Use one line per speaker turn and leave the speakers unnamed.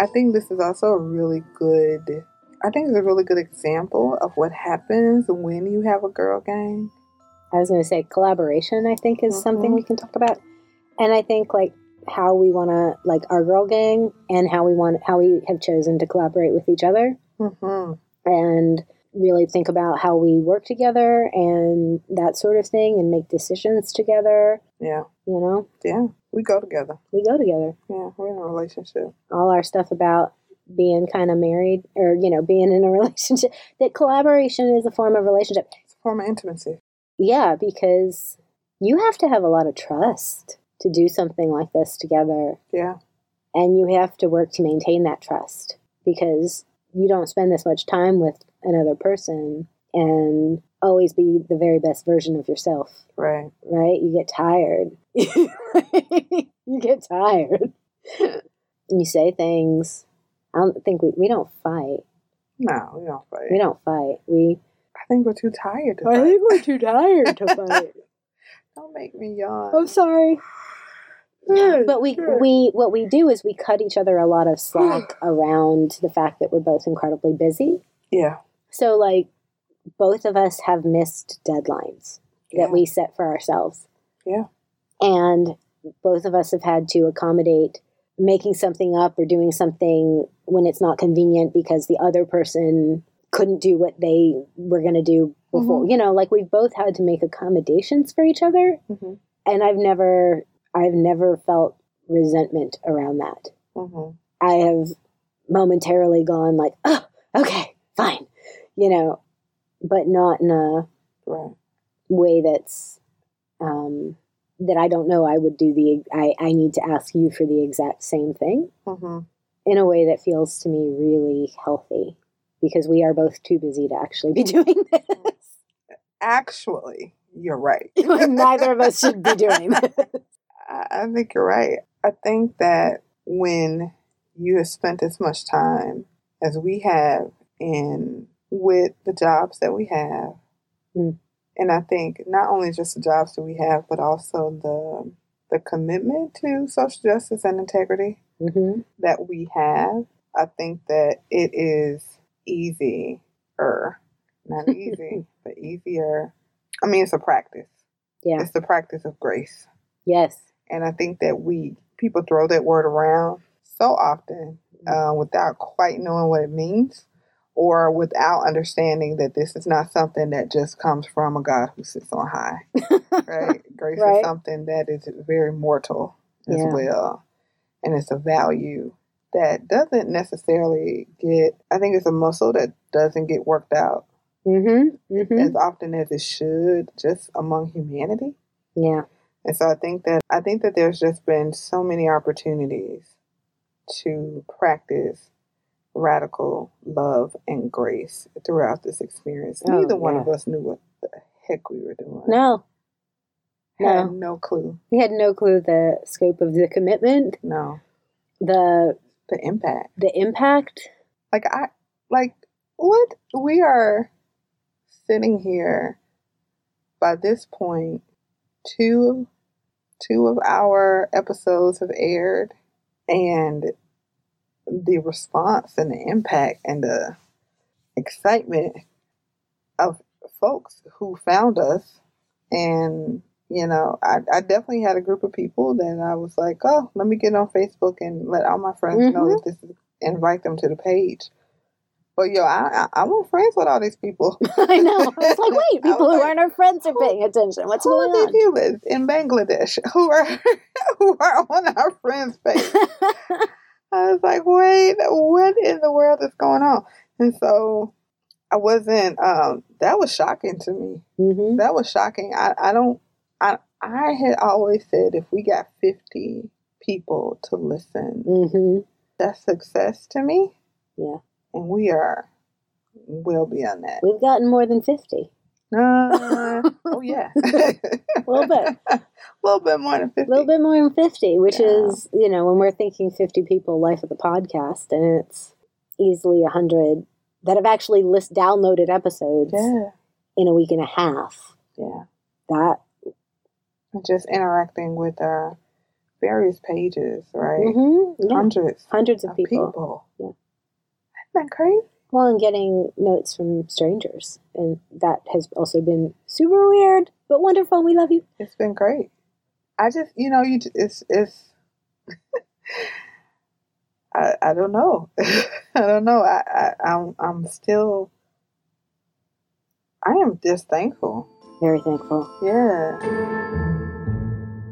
I think this is also a really good, I think it's a really good example of what happens when you have a girl gang.
I was going to say collaboration, I think, is something we can talk about. And I think, like, how we want to, like, our girl gang and how we want, how we have chosen to collaborate with each other
hmm
and really think about how we work together and that sort of thing and make decisions together.
Yeah,
You know,
yeah. We go together.
we go together.
Yeah, we're in a relationship.
All our stuff about being kind of married or, you know, being in a relationship, that collaboration is a form of relationship.
It's a form of intimacy.
Yeah, because you have to have a lot of trust to do something like this together.
Yeah,
And you have to work to maintain that trust because you don't spend this much time with another person and always be the very best version of yourself,
right.
right? You get tired. you get tired. you say things. I don't think we, we don't fight.
No, we don't fight.
We don't fight. We
I think we're too tired to fight.
we're too tired to fight.
Don't make me yawn.
I'm sorry.
Good,
but we
good.
we what we do is we cut each other a lot of slack around the fact that we're both incredibly busy.
yeah,
So like both of us have missed deadlines
yeah,
that we set for ourselves.
Yeah.
And both of us have had to accommodate making something up or doing something when it's not convenient because the other person couldn't do what they were going to do before.
Mm-hmm.
You know, like we've both had to make accommodations for each other
Mhm.
and I've never I've never felt resentment around that.
Mhm.
I have momentarily gone like, "Oh, okay, fine." You know, but not in a
right.
way that's um, that I don't know I would do the I, I need to ask you for the exact same thing
hmm
in a way that feels to me really healthy because we are both too busy to actually be doing this.
Actually, you're right.
like neither of us should be doing this.
I, I think you're right. I think that when you have spent as much time as we have in with the jobs that we have,
Mm.
and I think not only just the jobs that we have, but also the the commitment to social justice and integrity
hmm
that we have, I think that it is easier, not easy, but easier. I mean, it's a practice.
Yeah.
It's the practice of grace.
Yes.
And I think that we, people throw that word around so often
Mm-hmm.
uh, without quite knowing what it means or without understanding that this is not something that just comes from a God who sits on high. Right? Grace
Right.
is something that is very mortal as
Yeah.
well. And it's a value that doesn't necessarily get, I think it's a muscle that doesn't get worked out
hmm hmm
as often as it should just among humanity.
Yeah.
And so I think that I think that there's just been so many opportunities to practice radical love and grace throughout this experience.
Oh,
Neither one
yeah.
of us knew what the heck we were doing.
No,
Had
no.
no clue.
we had no clue the scope of the commitment,
No.
the
The impact.
the impact.
Like I like what we are sitting here by this point two two of our episodes have aired and the response and the impact and the excitement of folks who found us and you know I, I definitely had a group of people that i was like oh let me get on facebook and let all my friends know that this is invite them to the page but yo i i, I want friends with all these people
I know. I was like, wait,
I was
people who
like,
aren't our friends are paying attention. What's
who
going
are
on?
these humans in Bangladesh who are who are on our friends page? I was like, wait, what in the world is going on? And so I wasn't. Um, that was shocking to me.
hmm
That was shocking. I, I don't. I I had always said if we got fifty people to listen,
hmm
that's success to me.
Yeah.
And we are well beyond that.
We've gotten more than 50.
Uh, oh yeah,
A little bit.
a little bit more than
A
fifty.
little bit more than 50, which
Yeah.
is, you know, when we're thinking 50 people, life of the podcast, and it's easily 100 that have actually list downloaded episodes
Yeah,
in a week and a half.
yeah.
That,
just interacting with our uh, various pages, right?
hmm Yeah.
Hundreds
Hundreds
of
of
people.
people. Yeah.
Isn't that crazy?
Well, and getting notes from strangers. And that has also been super weird, but wonderful. We love you.
It's been great. I just, you know, you j- it's it's. I I don't know. I don't know. I, I I'm I'm still. I am just thankful.
Very thankful.
Yeah.